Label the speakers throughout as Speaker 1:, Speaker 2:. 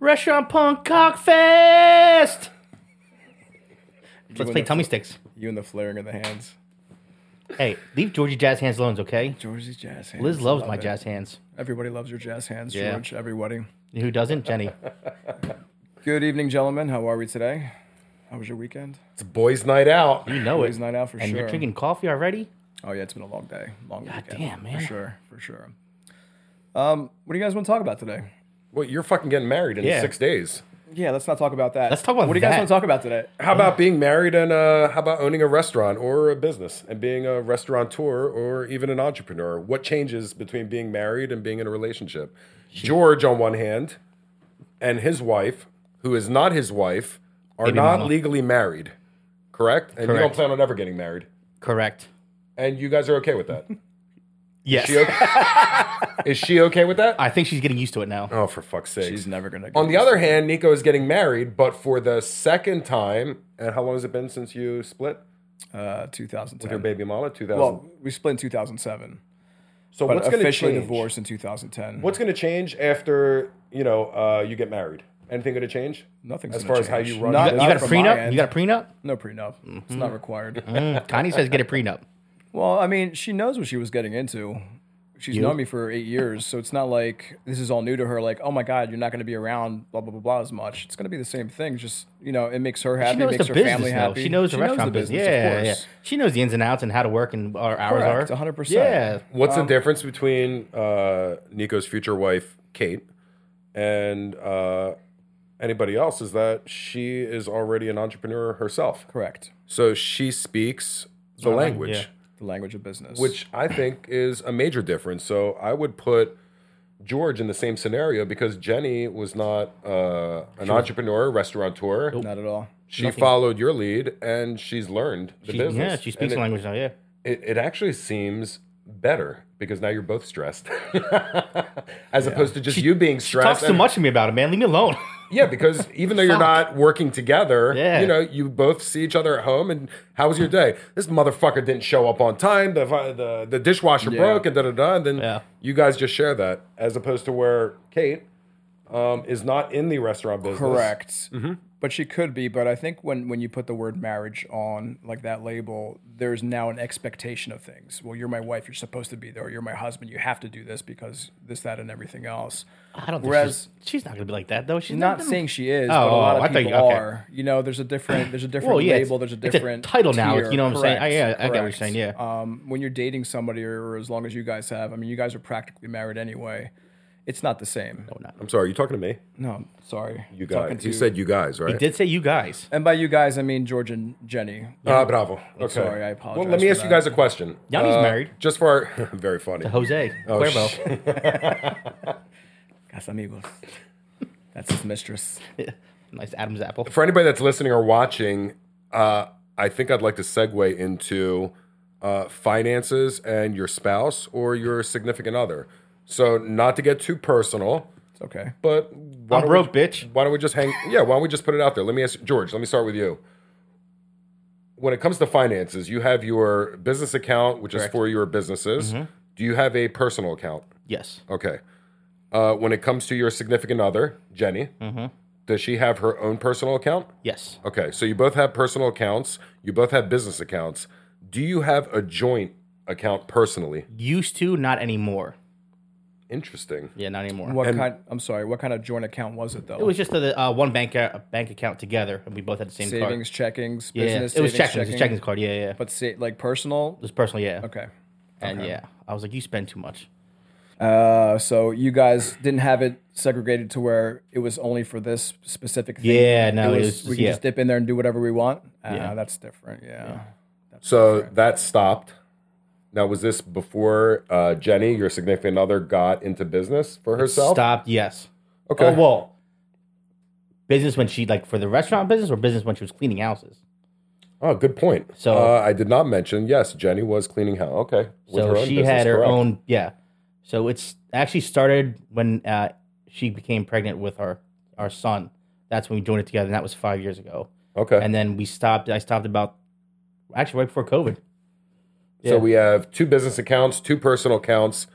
Speaker 1: Restaurant Punk Cockfest.
Speaker 2: in
Speaker 1: Let's play
Speaker 2: the-
Speaker 1: tummy sticks.
Speaker 2: You and the flaring of the hands.
Speaker 1: Hey, leave Georgie jazz hands alone, okay?
Speaker 2: Georgie's jazz hands.
Speaker 1: Liz loves
Speaker 2: Love
Speaker 1: my
Speaker 2: it.
Speaker 1: jazz hands.
Speaker 2: Everybody loves your jazz hands,
Speaker 1: Yeah.
Speaker 2: George. Everybody.
Speaker 1: Who doesn't? Jenny.
Speaker 2: Good evening, gentlemen. How are we today? How was your weekend?
Speaker 3: It's boys' night out.
Speaker 1: You know it.
Speaker 2: Boys' night out for
Speaker 1: and
Speaker 2: sure.
Speaker 1: you're drinking coffee already?
Speaker 2: Oh yeah, it's been a long day. Long God
Speaker 1: damn, man.
Speaker 2: For sure, for sure. Um, what do you guys want to talk about today?
Speaker 3: Well, you're fucking getting married in
Speaker 1: Yeah.
Speaker 3: six days.
Speaker 2: Yeah, let's not talk about that.
Speaker 1: Let's talk about
Speaker 2: what do you guys
Speaker 1: that.
Speaker 2: want to talk about today?
Speaker 3: How about being married and uh, how about owning a restaurant or a business and being a restaurateur or even an entrepreneur? What changes between being married and being in a relationship? George, on one hand, and his wife, who is not his wife, are
Speaker 1: Baby
Speaker 3: not
Speaker 1: mama.
Speaker 3: legally married, correct? And you
Speaker 1: Correct.
Speaker 3: don't plan on ever getting married.
Speaker 1: Correct.
Speaker 3: And you guys are okay with that?
Speaker 1: Yes.
Speaker 3: She okay? is she okay with that?
Speaker 1: I think she's getting used to it now.
Speaker 3: oh, for fuck's sake.
Speaker 2: She's never gonna.
Speaker 3: On the other hand, Nico is getting married, but for the second time. And how long has it been since you split
Speaker 2: uh,
Speaker 3: with your
Speaker 2: 2010.
Speaker 3: baby mama? 2000.
Speaker 2: Well, we split in 2007,
Speaker 3: so
Speaker 2: but
Speaker 3: what's going to
Speaker 2: officially
Speaker 3: change?
Speaker 2: divorced in 2010.
Speaker 3: What's going to change after you know uh, you get married? Anything going to change?
Speaker 2: Nothing's
Speaker 3: As
Speaker 2: gonna
Speaker 3: far as how
Speaker 2: change.
Speaker 3: you run.
Speaker 2: Not-
Speaker 3: your
Speaker 1: You
Speaker 3: business?
Speaker 1: got a
Speaker 2: from my
Speaker 1: prenup?
Speaker 2: end.
Speaker 1: You got a Mm-hmm. prenup? Mm.
Speaker 2: No prenup. It's not required.
Speaker 1: Connie says get a prenup.
Speaker 2: Well, I mean, she knows what she was getting into. She's known me for eight years, so it's not like this is all new to her. Like, oh my god, you're not going to be around, blah blah blah blah, as much. It's going to be the same thing. Just you know, it makes her happy,
Speaker 1: She knows
Speaker 2: makes
Speaker 1: the
Speaker 2: her
Speaker 1: business
Speaker 2: family
Speaker 1: now.
Speaker 2: happy.
Speaker 1: She knows the restaurant business. Yeah,
Speaker 2: of
Speaker 1: yeah.
Speaker 2: course.
Speaker 1: She knows the ins and outs and how to work and our hours
Speaker 2: Correct,
Speaker 1: are.
Speaker 2: 100%.
Speaker 1: Yeah.
Speaker 3: What's
Speaker 2: Um,
Speaker 3: the difference between uh, Nico's future wife, Kate, and uh, anybody else? Is that she is already an entrepreneur herself,
Speaker 2: Correct.
Speaker 3: so she speaks the language.
Speaker 1: yeah.
Speaker 2: The language of business.
Speaker 3: which I think is a major difference. So I would put George in the same scenario because Jenny was not uh, an entrepreneur, restaurateur.
Speaker 2: not at all.
Speaker 3: She followed your lead, and she's learned the
Speaker 1: She,
Speaker 3: business.
Speaker 1: yeah, she speaks
Speaker 3: And
Speaker 1: the language now. Yeah.
Speaker 3: It, it, it actually seems better because now you're both stressed, as opposed to just you being stressed.
Speaker 1: Talks too
Speaker 3: and-
Speaker 1: much to me about it, man. Leave me alone.
Speaker 3: Yeah, because even though you're not working together,
Speaker 1: Yeah.
Speaker 3: you know, you both see each other at home. And how was your day? This motherfucker didn't show up on time. The the, the dishwasher broke, and da da da. And then
Speaker 1: Yeah.
Speaker 3: you guys just share that, as opposed to where Kate um, is not in the restaurant business.
Speaker 2: Correct.
Speaker 1: Mm-hmm.
Speaker 2: But she could be. But I think when, when you put the word marriage on like that label, there's now an expectation of things. Well, you're my wife. You're supposed to be there. You're my husband. You have to do this because this, that, and everything else.
Speaker 1: I don't think
Speaker 2: Whereas-
Speaker 1: she's, she's not going to be like that, though. She's
Speaker 2: Not
Speaker 1: gonna-
Speaker 2: saying she is,
Speaker 1: Oh,
Speaker 2: but a lot
Speaker 1: I
Speaker 2: of
Speaker 1: thought you-
Speaker 2: people
Speaker 1: okay.
Speaker 2: are. You know, there's a different there's a different
Speaker 1: Well, yeah, it's-
Speaker 2: label. There's a
Speaker 1: it's a
Speaker 2: different
Speaker 1: title now,
Speaker 2: tier.
Speaker 1: you know what I'm saying? I-
Speaker 2: Correct,
Speaker 1: yeah, I get what you're
Speaker 2: correct.
Speaker 1: saying, yeah.
Speaker 2: Um, when you're dating somebody, or, as long as you guys have, I mean, you guys are practically married anyway. It's not the same.
Speaker 1: Oh.
Speaker 3: I'm sorry, you talking to me?
Speaker 2: No, sorry.
Speaker 3: You
Speaker 2: Talking
Speaker 3: guys. You
Speaker 2: to-
Speaker 3: said you guys, right?
Speaker 1: He did say you guys.
Speaker 2: And by you guys, I mean George and Jenny.
Speaker 3: Ah, bravo. Okay.
Speaker 2: sorry, I apologize
Speaker 3: Well, let me
Speaker 2: for
Speaker 3: ask you
Speaker 2: that.
Speaker 3: guys a question. Uh,
Speaker 1: Yanni's married.
Speaker 3: Just for our, very funny.
Speaker 1: Jose.
Speaker 3: Oh,
Speaker 1: Cuervo.
Speaker 3: sh-
Speaker 2: Casamigos. That's his mistress.
Speaker 1: nice Adam's apple.
Speaker 3: for anybody that's listening or watching, uh, I think I'd like to segue into uh, finances and your spouse or your significant other. So, not to get too personal,
Speaker 2: It's okay.
Speaker 3: but why
Speaker 1: I'm
Speaker 3: don't
Speaker 1: broke,
Speaker 3: we,
Speaker 1: bitch.
Speaker 3: Why don't we just hang? Yeah, why don't we just put it out there? Let me ask George. Let me start with you. When it comes to finances, you have your business account, which is for your businesses.
Speaker 1: Mm-hmm.
Speaker 3: Do you have a personal account?
Speaker 1: Yes.
Speaker 3: Okay. Uh, when it comes to your significant other, Jenny,
Speaker 1: Mm-hmm.
Speaker 3: does she have her own personal account?
Speaker 1: Yes.
Speaker 3: Okay, so you both have personal accounts. You both have business accounts. Do you have a joint account personally?
Speaker 1: Used to, not anymore.
Speaker 3: Interesting.
Speaker 1: Yeah, not anymore.
Speaker 2: What kind? I'm sorry. What kind of joint account was it though?
Speaker 1: It was just the uh, one bank uh, bank account together, and we both had the same card.
Speaker 2: savings, checkings,
Speaker 1: Yeah,
Speaker 2: business.
Speaker 1: it was
Speaker 2: savings,
Speaker 1: checkings. It was checkings card. Yeah, yeah. But
Speaker 2: But say, like personal.
Speaker 1: it was personal. Yeah.
Speaker 2: Okay.
Speaker 1: And yeah, I was like, you spend too much.
Speaker 2: Uh, so you guys didn't have it segregated to where it was only for this specific thing.
Speaker 1: Yeah, no, it was
Speaker 2: we
Speaker 1: just-
Speaker 2: can
Speaker 1: yeah.
Speaker 2: just dip in there and do whatever we want. Uh,
Speaker 1: Yeah.
Speaker 2: that's different. Yeah.
Speaker 3: So that stopped. Now, was this before uh, Jenny, your significant other, got into business for herself?
Speaker 1: Stopped. Yes.
Speaker 3: Okay.
Speaker 1: Oh well. Business when she like for the restaurant business or business when she was cleaning houses.
Speaker 3: Oh, good point.
Speaker 1: So-
Speaker 3: uh, I did not mention. Yes, Jenny was cleaning house. Okay. With
Speaker 1: So she
Speaker 3: business,
Speaker 1: had her
Speaker 3: correct.
Speaker 1: own. Yeah. So it's actually started when uh, she became pregnant with our our son. That's when we joined it together, and that was five years ago.
Speaker 3: Okay.
Speaker 1: And then we stopped. I stopped about actually right before COVID.
Speaker 3: So we have two business accounts, two personal accounts,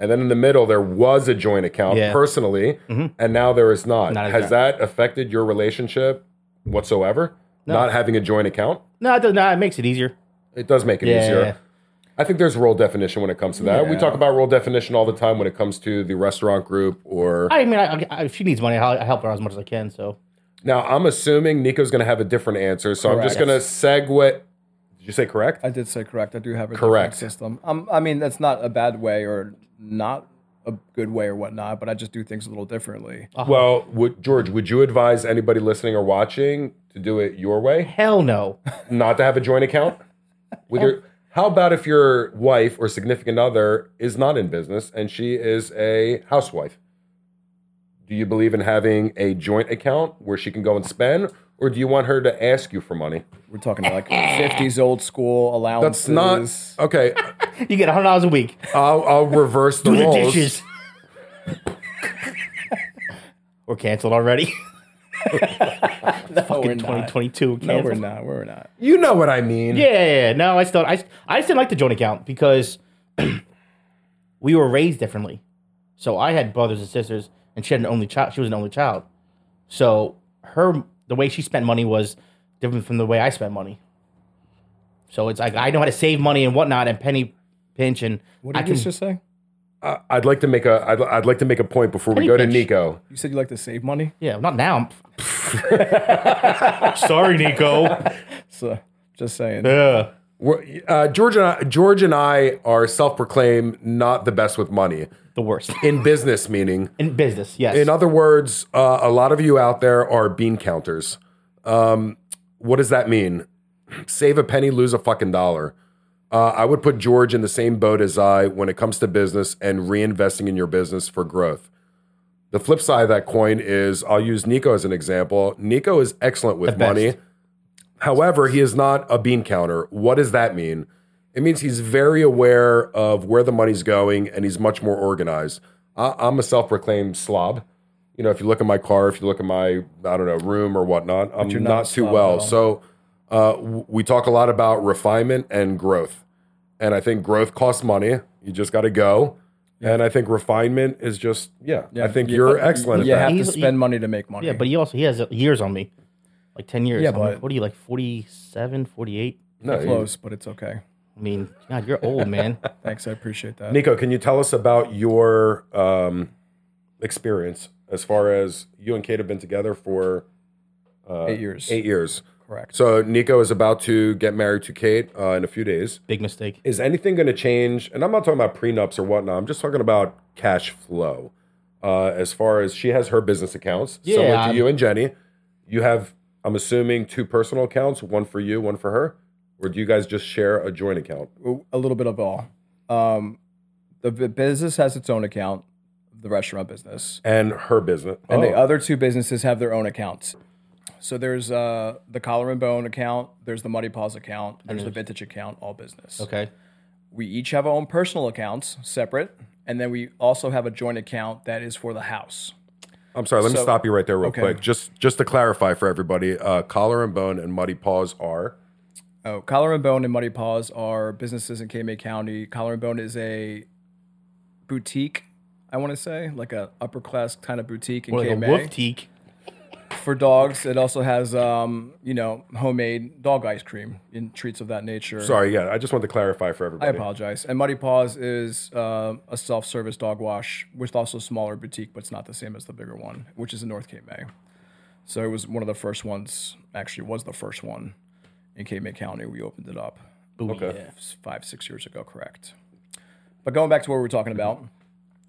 Speaker 3: And then in the middle, there was a joint account
Speaker 1: Yeah. Mm-hmm.
Speaker 3: personally, and now there is not.
Speaker 1: Not a
Speaker 3: Has
Speaker 1: joint.
Speaker 3: that affected your relationship whatsoever? Not having a joint account?
Speaker 1: No, it, does, no, it makes it easier.
Speaker 3: It does make it
Speaker 1: Yeah,
Speaker 3: easier.
Speaker 1: yeah, yeah.
Speaker 3: I think there's role definition when it comes to that. We
Speaker 2: Yeah.
Speaker 3: talk about role definition all the time when it comes to the restaurant group or
Speaker 1: I mean, I, I, if she needs money, I'll, I help her as much as I can. So
Speaker 3: Now I'm assuming Nico's going to have a different answer, so I'm just going to segue. Did you say correct?
Speaker 2: I did say correct. I do have a
Speaker 3: Correct.
Speaker 2: correct system. Um, I mean, that's not a bad way or not a good way or whatnot, but I just do things a little differently.
Speaker 1: Uh-huh.
Speaker 3: well, would, George, would you advise anybody listening or watching to do it your way,
Speaker 1: hell no.
Speaker 3: not to have a joint account with your? How about if your wife or significant other is not in business and she is a housewife? Do you believe in having a joint account where she can go and spend, or do you want her to ask you for money?
Speaker 2: We're talking like 50s old school allowances.
Speaker 3: That's not okay.
Speaker 1: you get hundred dollars a week.
Speaker 3: I'll, I'll reverse the
Speaker 1: Do the
Speaker 3: roles.
Speaker 1: dishes. We're canceled already.
Speaker 2: no, we're
Speaker 1: in
Speaker 2: not.
Speaker 1: 2022.
Speaker 2: No,
Speaker 1: canceled.
Speaker 2: we're not. We're not.
Speaker 3: You know what I mean.
Speaker 1: Yeah, yeah, yeah. No, I still, I, I just didn't like the joint account because we were raised differently. So I had brothers and sisters, and she had an only child. She was an only child. So her, the way she spent money was different from the way I spent money. So it's like I know how to save money and whatnot, and penny pinch, and
Speaker 2: What
Speaker 1: I
Speaker 2: did
Speaker 1: can.
Speaker 2: you just say?
Speaker 3: I- I'd like to make a I'd, I'd like to make a point before we
Speaker 1: Penny
Speaker 3: go to
Speaker 1: pinch.
Speaker 3: Nico.
Speaker 2: You said you like to save money?
Speaker 1: yeah, not now. Sorry, Nico.
Speaker 2: So just saying.
Speaker 1: Yeah.
Speaker 3: We're- Uh, George and I, George and I are self-proclaimed not the best with money
Speaker 1: The worst
Speaker 3: in business. Meaning,
Speaker 1: in business. Yes.
Speaker 3: in other words, uh, a lot of you out there are bean counters. Um, what does that mean? Save a penny, lose a fucking dollar. Uh, I would put George in the same boat as I when it comes to business and reinvesting in your business for growth. The flip side of that coin is I'll use Nico as an example. Nico is excellent with
Speaker 1: The best.
Speaker 3: money. However, he is not a bean counter. What does that mean? It means he's very aware of where the money's going and he's much more organized. I, I'm a self proclaimed slob. You know, if you look at my car, if you look at my, I don't know, room or whatnot, I'm
Speaker 2: you're
Speaker 3: not,
Speaker 2: not a
Speaker 3: too
Speaker 2: slob at
Speaker 3: well.
Speaker 2: all.
Speaker 3: So uh, w- we talk a lot about refinement and growth. And I think growth costs money. You just got to go. And I think refinement is just, yeah, I think
Speaker 2: you-
Speaker 3: you're excellent
Speaker 2: You
Speaker 3: at that.
Speaker 2: have to
Speaker 1: He's-
Speaker 2: spend money to make money.
Speaker 1: yeah, but he also he has years on me, like ten years.
Speaker 2: Yeah,
Speaker 1: I'm like,
Speaker 2: but-
Speaker 1: what are you like 47, 48?
Speaker 3: No, you-
Speaker 2: close, but it's okay.
Speaker 1: I mean, God, you're old, man.
Speaker 2: Thanks. I appreciate that.
Speaker 3: Nico, can you tell us about your um, experience as far as you and Kate have been together for uh,
Speaker 2: Eight years.
Speaker 3: eight years?
Speaker 2: Correct.
Speaker 3: So Nico is about to get married to Kate uh, in a few days.
Speaker 1: Big mistake.
Speaker 3: Is anything going to change? And I'm not talking about prenups or whatnot. I'm just talking about cash flow. Uh, as far as she has her business accounts, similar
Speaker 1: Yeah.
Speaker 3: to you and Jenny, you have, I'm assuming, two personal accounts, one for you, one for her, or do you guys just share a joint account?
Speaker 2: a little bit of all. Um, the b- business has its own account, the restaurant business,
Speaker 3: And her business,
Speaker 2: and the
Speaker 3: Oh,
Speaker 2: other two businesses have their own accounts. So there's uh, the Collar and Bone account, there's the Muddy Paws account, there's the Vintage account, all business.
Speaker 1: Okay.
Speaker 2: We each have our own personal accounts, separate, and then we also have a joint account that is for the house.
Speaker 3: I'm sorry, let me
Speaker 2: So-
Speaker 3: stop you right there, real
Speaker 2: Okay.
Speaker 3: quick. Just just to clarify for everybody, uh, collar and bone and muddy paws are
Speaker 2: Oh, Collar and Bone and Muddy Paws are businesses in KMA County. Collar and Bone is a boutique, I want to say, like a upper class kind of boutique in
Speaker 1: Or like a
Speaker 2: KMA.
Speaker 1: wolf teak.
Speaker 2: for dogs. It also has, um, you know, homemade dog ice cream and treats of that nature.
Speaker 3: sorry. Yeah, I just wanted to clarify for
Speaker 2: I
Speaker 3: everybody.
Speaker 2: apologize. And Muddy Paws is uh, a self-service dog wash, which is also a smaller boutique, but it's not the same as the bigger one, which is in North Cape May. So it was one of the first ones. Actually, was the first one in Cape May County. We opened it up
Speaker 3: Okay.
Speaker 2: yeah, five six years ago, correct. But going back to what we were talking about,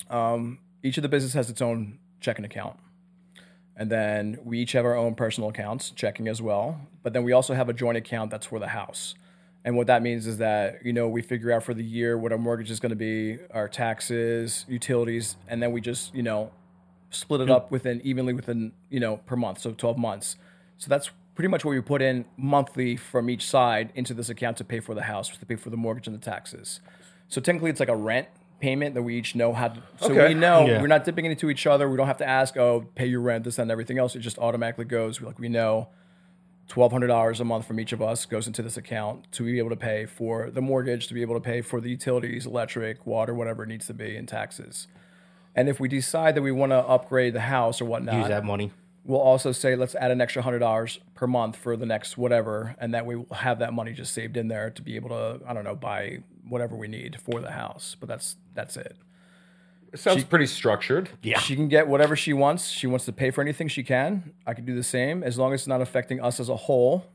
Speaker 2: um, each of the business has its own checking account. And then we each have our own personal accounts, checking as well. But then we also have a joint account that's for the house. And what that means is that, you know, we figure out for the year what our mortgage is going to be, our taxes, utilities, and then we just, you know, split it up within evenly within, you know, per month. So 12 months. So that's pretty much what we put in monthly from each side into this account to pay for the house, to pay for the mortgage and the taxes. So technically it's like a rent payment that we each know how to, so
Speaker 3: Okay.
Speaker 2: we know
Speaker 1: Yeah.
Speaker 2: we're not dipping into each other. We don't have to ask, oh, pay your rent, this, that, and everything else. It just automatically goes. Like we know twelve hundred dollars a month from each of us goes into this account to be able to pay for the mortgage, to be able to pay for the utilities, electric, water, whatever it needs to be, and taxes. And if we decide that we want to upgrade the house or whatnot,
Speaker 1: Use that money.
Speaker 2: we'll also say let's add an extra hundred dollars per month for the next whatever, and that way we'll have that money just saved in there to be able to I don't know buy whatever we need for the house. But that's that's it.
Speaker 3: It sounds pretty structured.
Speaker 1: Yeah.
Speaker 2: She can get whatever she wants. She wants to pay for anything she can. I can do the same as long as it's not affecting us as a whole.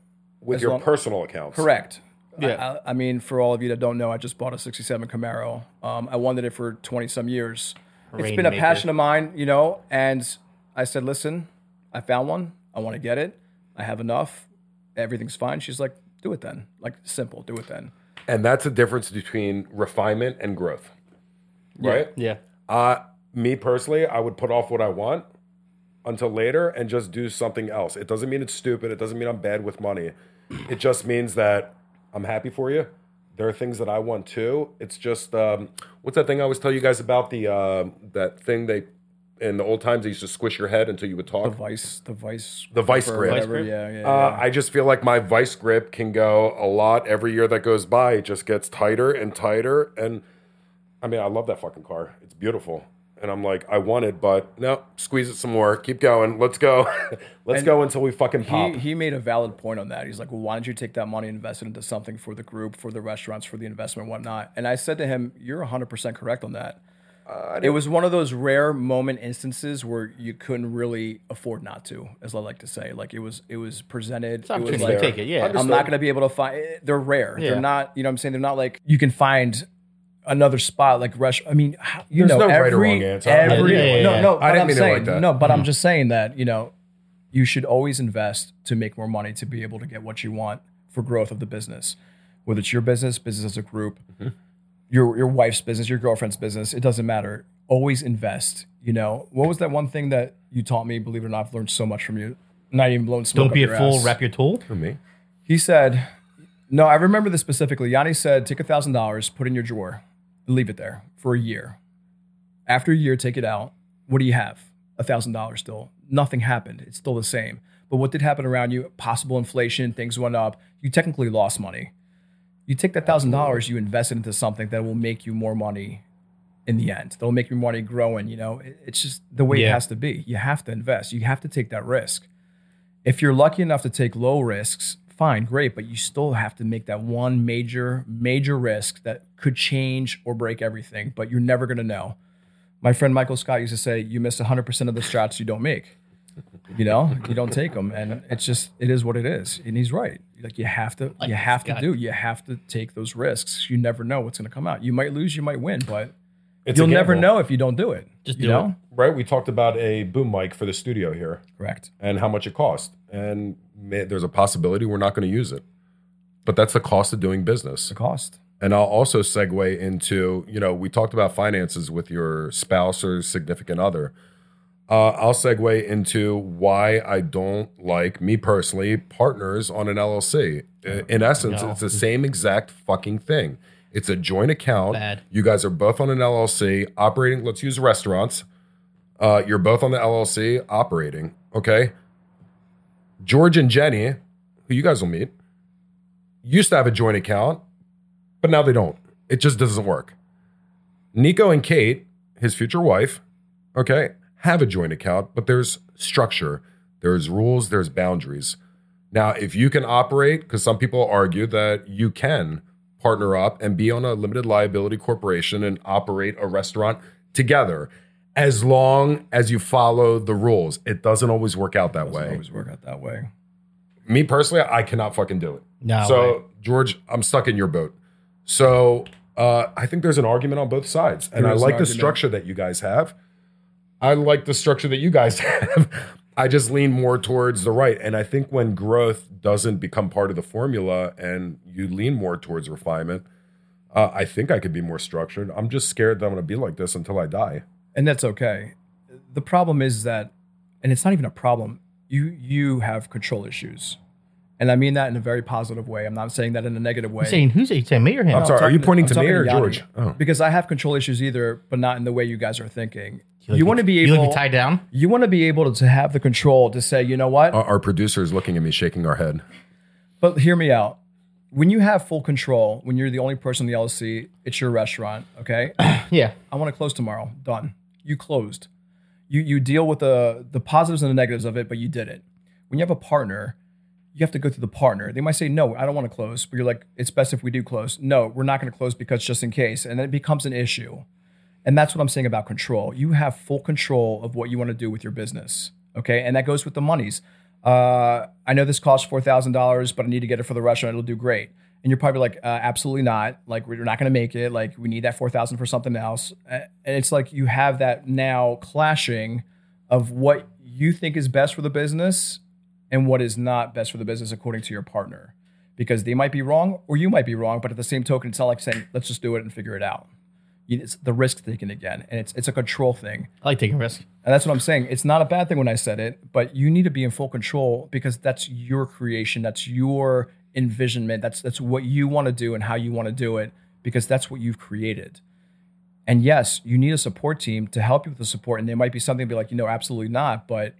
Speaker 3: with
Speaker 2: As
Speaker 3: your
Speaker 2: long-
Speaker 3: personal accounts.
Speaker 2: Correct.
Speaker 1: Yeah.
Speaker 2: I, I mean, for all of you that don't know, I just bought a '67 Camaro. Um, I wanted it for 20 some years. it's been a
Speaker 1: Rainmaker.
Speaker 2: passion of mine, you know. And I said, "Listen, I found one. I want to get it. I have enough. Everything's fine." She's like, "Do it then. Like simple. Do it then."
Speaker 3: And that's the difference between refinement and growth. Right?
Speaker 1: Yeah.
Speaker 3: Uh, me personally, I would put off what I want until later and just do something else. It doesn't mean it's stupid. It doesn't mean I'm bad with money. It just means that I'm happy for you. There are things that I want too. It's just um, what's that thing I always tell you guys about the uh, that thing they in the old times they used to squish your head until you would talk.
Speaker 2: The vice, the vice,
Speaker 3: The vice
Speaker 2: or
Speaker 3: grip.
Speaker 2: whatever.
Speaker 1: Vice grip? Oh,
Speaker 2: Yeah, yeah. yeah.
Speaker 3: Uh, I just feel like my vice grip can go a lot every year that goes by. It just gets tighter and tighter. And I mean, I love that fucking car. It's beautiful. And I'm like, I want it, but no, squeeze it some more. Keep going. Let's go. Let's go until we fucking pop.
Speaker 2: He, he made a valid point on that. He's like, well, why don't you take that money and invest it into something for the group, for the restaurants, for the investment, whatnot? And I said to him, you're 100% correct on that. it was one of those rare moment instances where you couldn't really afford not to, as I like to say. Like it was, it was presented. It was
Speaker 1: opportunity
Speaker 2: like,
Speaker 1: to take it. Yeah.
Speaker 3: Understood.
Speaker 2: I'm not going to be able to find. eh, They're rare.
Speaker 1: Yeah.
Speaker 2: They're not. You know, what I'm saying they're not like you can find another spot like rush. I mean, how- you
Speaker 3: There's
Speaker 2: know,
Speaker 3: no right or
Speaker 2: every,
Speaker 3: wrong answer.
Speaker 2: Every,
Speaker 1: Yeah, yeah, yeah.
Speaker 2: No, no.
Speaker 3: I
Speaker 2: but
Speaker 3: didn't
Speaker 2: I'm
Speaker 3: mean it
Speaker 2: saying,
Speaker 3: like that. Mm-hmm.
Speaker 2: No, but I'm just saying that you know, you should always invest to make more money to be able to get what you want for growth of the business, whether it's your business, business as a group,
Speaker 3: Mm-hmm.
Speaker 2: your your wife's business, your girlfriend's business. It doesn't matter. Always invest. You know, what was that one thing that you taught me? Believe it or not, I've learned so much from you. Not even blowing smoke.
Speaker 1: Don't be
Speaker 2: up
Speaker 1: a
Speaker 2: your
Speaker 1: fool.
Speaker 2: ass
Speaker 1: Wrap your tool.
Speaker 3: me.
Speaker 2: he said, no, I remember this specifically. Yanni said, take thousand dollars, put it in your drawer, leave it there for a year. After a year, take it out. What do you have? thousand dollars still. Nothing happened. It's still the same. But what did happen around you? Possible inflation, things went up. You technically lost money. You take that thousand dollars, you invest it into something that will make you more money in the end. That'll make your money growing. You know, It- it's just the way it
Speaker 1: Yeah.
Speaker 2: has to be. You have to invest. You have to take that risk if you're lucky enough to take low risks, fine, great, but you still have to make that one major, major risk that could change or break everything, but you're never going to know. My friend Michael Scott used to say, you miss 100% of the shots you don't make. You know, you don't take them, and it's just it is what it is, and he's right. Like you have to, you have to
Speaker 1: Scott.
Speaker 2: do, you have to take those risks. You never know what's going to come out. You might lose, you might win, but
Speaker 3: It's a
Speaker 2: you'll never
Speaker 3: gamble,
Speaker 2: know if you don't do it.
Speaker 1: Just
Speaker 2: you
Speaker 1: do
Speaker 2: know?
Speaker 3: Right? We talked about a boom mic for the studio here
Speaker 2: Correct.
Speaker 3: and how much it cost. And ma- there's a possibility we're not going to use it. But that's the cost of doing business.
Speaker 2: The cost.
Speaker 3: And I'll also segue into, you know, we talked about finances with your spouse or significant other. Uh, I'll segue into why I don't like, me personally, partners on an LLC. I- In essence,
Speaker 1: No.
Speaker 3: it's the same exact fucking thing. It's a joint account.
Speaker 1: Bad.
Speaker 3: You guys are both on an LLC operating, let's use restaurants. Uh, you're both on the LLC operating, okay? George and Jenny, who you guys will meet, used to have a joint account, but now they don't. It just doesn't work. Nico and Kate, his future wife, okay, have a joint account, but there's structure, there's rules, there's boundaries. Now, if you can operate, because some people argue that you can partner up and be on a limited liability corporation and operate a restaurant together as long as you follow the rules. It doesn't always work out that
Speaker 2: Doesn't
Speaker 3: way
Speaker 2: always work out that way.
Speaker 3: me personally, I cannot fucking do it.
Speaker 1: No
Speaker 2: Oh,
Speaker 3: So
Speaker 1: way.
Speaker 3: George, I'm stuck in your boat. So uh, I think there's an argument on both sides, and
Speaker 2: There
Speaker 3: I
Speaker 2: is an
Speaker 3: like the
Speaker 2: argument.
Speaker 3: structure that you guys have. I like the structure that you guys have. I just lean more towards the right, and I think when growth doesn't become part of the formula, and you lean more towards refinement, uh, I think I could be more structured. I'm just scared that I'm going to be like this until I die.
Speaker 2: and that's okay. The problem is that, and it's not even a problem. You you have control issues, and I mean that in a very positive way. I'm not saying that in a negative way.
Speaker 1: You're saying who's you saying me or him?
Speaker 3: I'm sorry. Are
Speaker 2: talking
Speaker 3: you pointing
Speaker 2: I'm
Speaker 3: to me
Speaker 2: talking
Speaker 3: or
Speaker 2: Yanni,
Speaker 3: George? Oh.
Speaker 2: Because I have control issues either, but not in the way you guys are thinking. You want to be
Speaker 1: You like
Speaker 2: able
Speaker 1: be tied down?
Speaker 2: You want to be able to have the control to say, you know what?
Speaker 3: Our, our producer is looking at me, shaking our head.
Speaker 2: But hear me out. When you have full control, when you're the only person in the LLC, it's your restaurant, okay?
Speaker 1: Yeah.
Speaker 2: I want to close tomorrow. Done. You closed. You you deal with the the positives and the negatives of it, but you did it. When you have a partner, you have to go through the partner. They might say, "No, I don't want to close," but you're like, "It's best if we do close." No, we're not going to close because just in case, and then it becomes an issue. And that's what I'm saying about control. You have full control of what you want to do with your business. Okay. And that goes with the monies. Uh, I know this costs $4,000, but I need to get it for the restaurant. It'll do great. And you're probably like, uh, absolutely not. Like, we're not going to make it. Like, we need that 4000 for something else. Uh, And it's like you have that now clashing of what you think is best for the business and what is not best for the business according to your partner. Because they might be wrong or you might be wrong, but at the same token, it's not like saying, let's just do it and figure it out you- it's the risk taking again, and it's it's a control thing,
Speaker 1: I like taking risks.
Speaker 2: and that's what I'm saying. It's not a bad thing when I said it, but you need to be in full control because that's your creation, that's your envisionment, that's that's what you want to do and how you want to do it because that's what you've created. And yes, you need a support team to help you with the support, and there might be something to be like, you know, absolutely not, but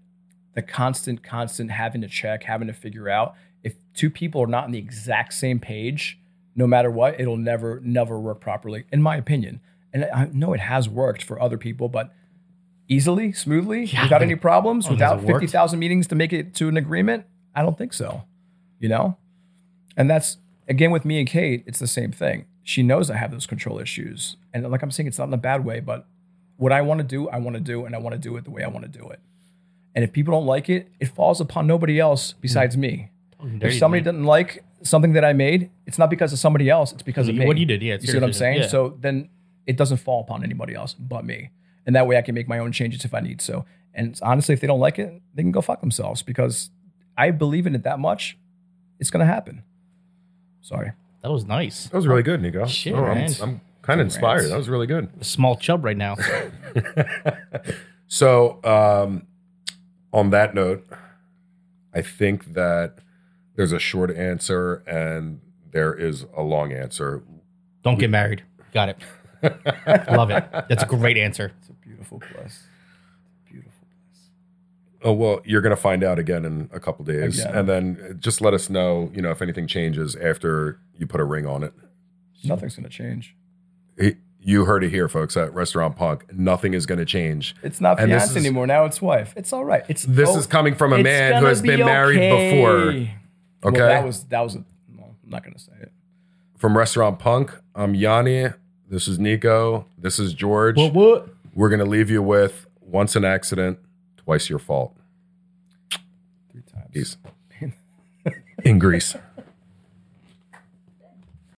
Speaker 2: the constant, constant having to check, having to figure out if two people are not on the exact same page, no matter what, it'll never, never work properly, in my opinion. And I know it has worked for other people, but easily, smoothly, without any problems, without
Speaker 1: it worked?
Speaker 2: 50,000 meetings to make it to an agreement, I don't think so, you know? And that's, again, with me and Kate, it's the same thing. She knows I have those control issues. And like I'm saying, it's not in a bad way, but what I want to do, I want to do, and I want to do it the way I want to do it. And if people don't like it, it falls upon nobody else besides me. If
Speaker 1: dirty,
Speaker 2: somebody doesn't like something that I made, it's not because of somebody else. It's because of
Speaker 1: What
Speaker 2: me.
Speaker 1: you did, yeah, it's
Speaker 2: You see what
Speaker 1: your
Speaker 2: I'm saying?
Speaker 1: decision, yeah.
Speaker 2: So then it doesn't fall upon anybody else but me. And that way I can make my own changes if I need so. And honestly, if they don't like it, they can go fuck themselves because I believe in it that much. It's going to happen. Sorry.
Speaker 1: That was nice.
Speaker 3: That was really good, Nico.
Speaker 1: Shit,
Speaker 3: Oh, I'm,
Speaker 1: man.
Speaker 3: I'm kind of inspired. That was really good.
Speaker 1: A small chub right now.
Speaker 3: So, um, on that note, I think that there's a short answer and there is a long answer.
Speaker 1: Don't get married. Got it. Love it. That's a great answer.
Speaker 2: It's a beautiful place. Beautiful place.
Speaker 3: Oh well, you're gonna find out again in a couple days,
Speaker 2: Again.
Speaker 3: and then just let us know. You know if anything changes after you put a ring on it.
Speaker 2: Nothing's going to change.
Speaker 3: He- you heard it here, folks. At Restaurant Punk, nothing is gonna change.
Speaker 2: It's not
Speaker 3: And this
Speaker 2: fiance
Speaker 3: is-
Speaker 2: anymore. Now it's wife. It's all right. It's
Speaker 3: This
Speaker 2: oh,
Speaker 3: is coming from a
Speaker 2: it's
Speaker 3: man who
Speaker 2: gonna
Speaker 3: has been
Speaker 2: be
Speaker 3: married
Speaker 2: okay.
Speaker 3: before.
Speaker 2: Well,
Speaker 3: Okay,
Speaker 2: that was that was. A, well, I'm not gonna say it.
Speaker 3: from Restaurant Punk. I'm Yanni. This is Nico. This is George.
Speaker 1: What? What?
Speaker 3: We're gonna leave you with once an accident, twice your fault.
Speaker 2: three times.
Speaker 3: Peace. In Greece.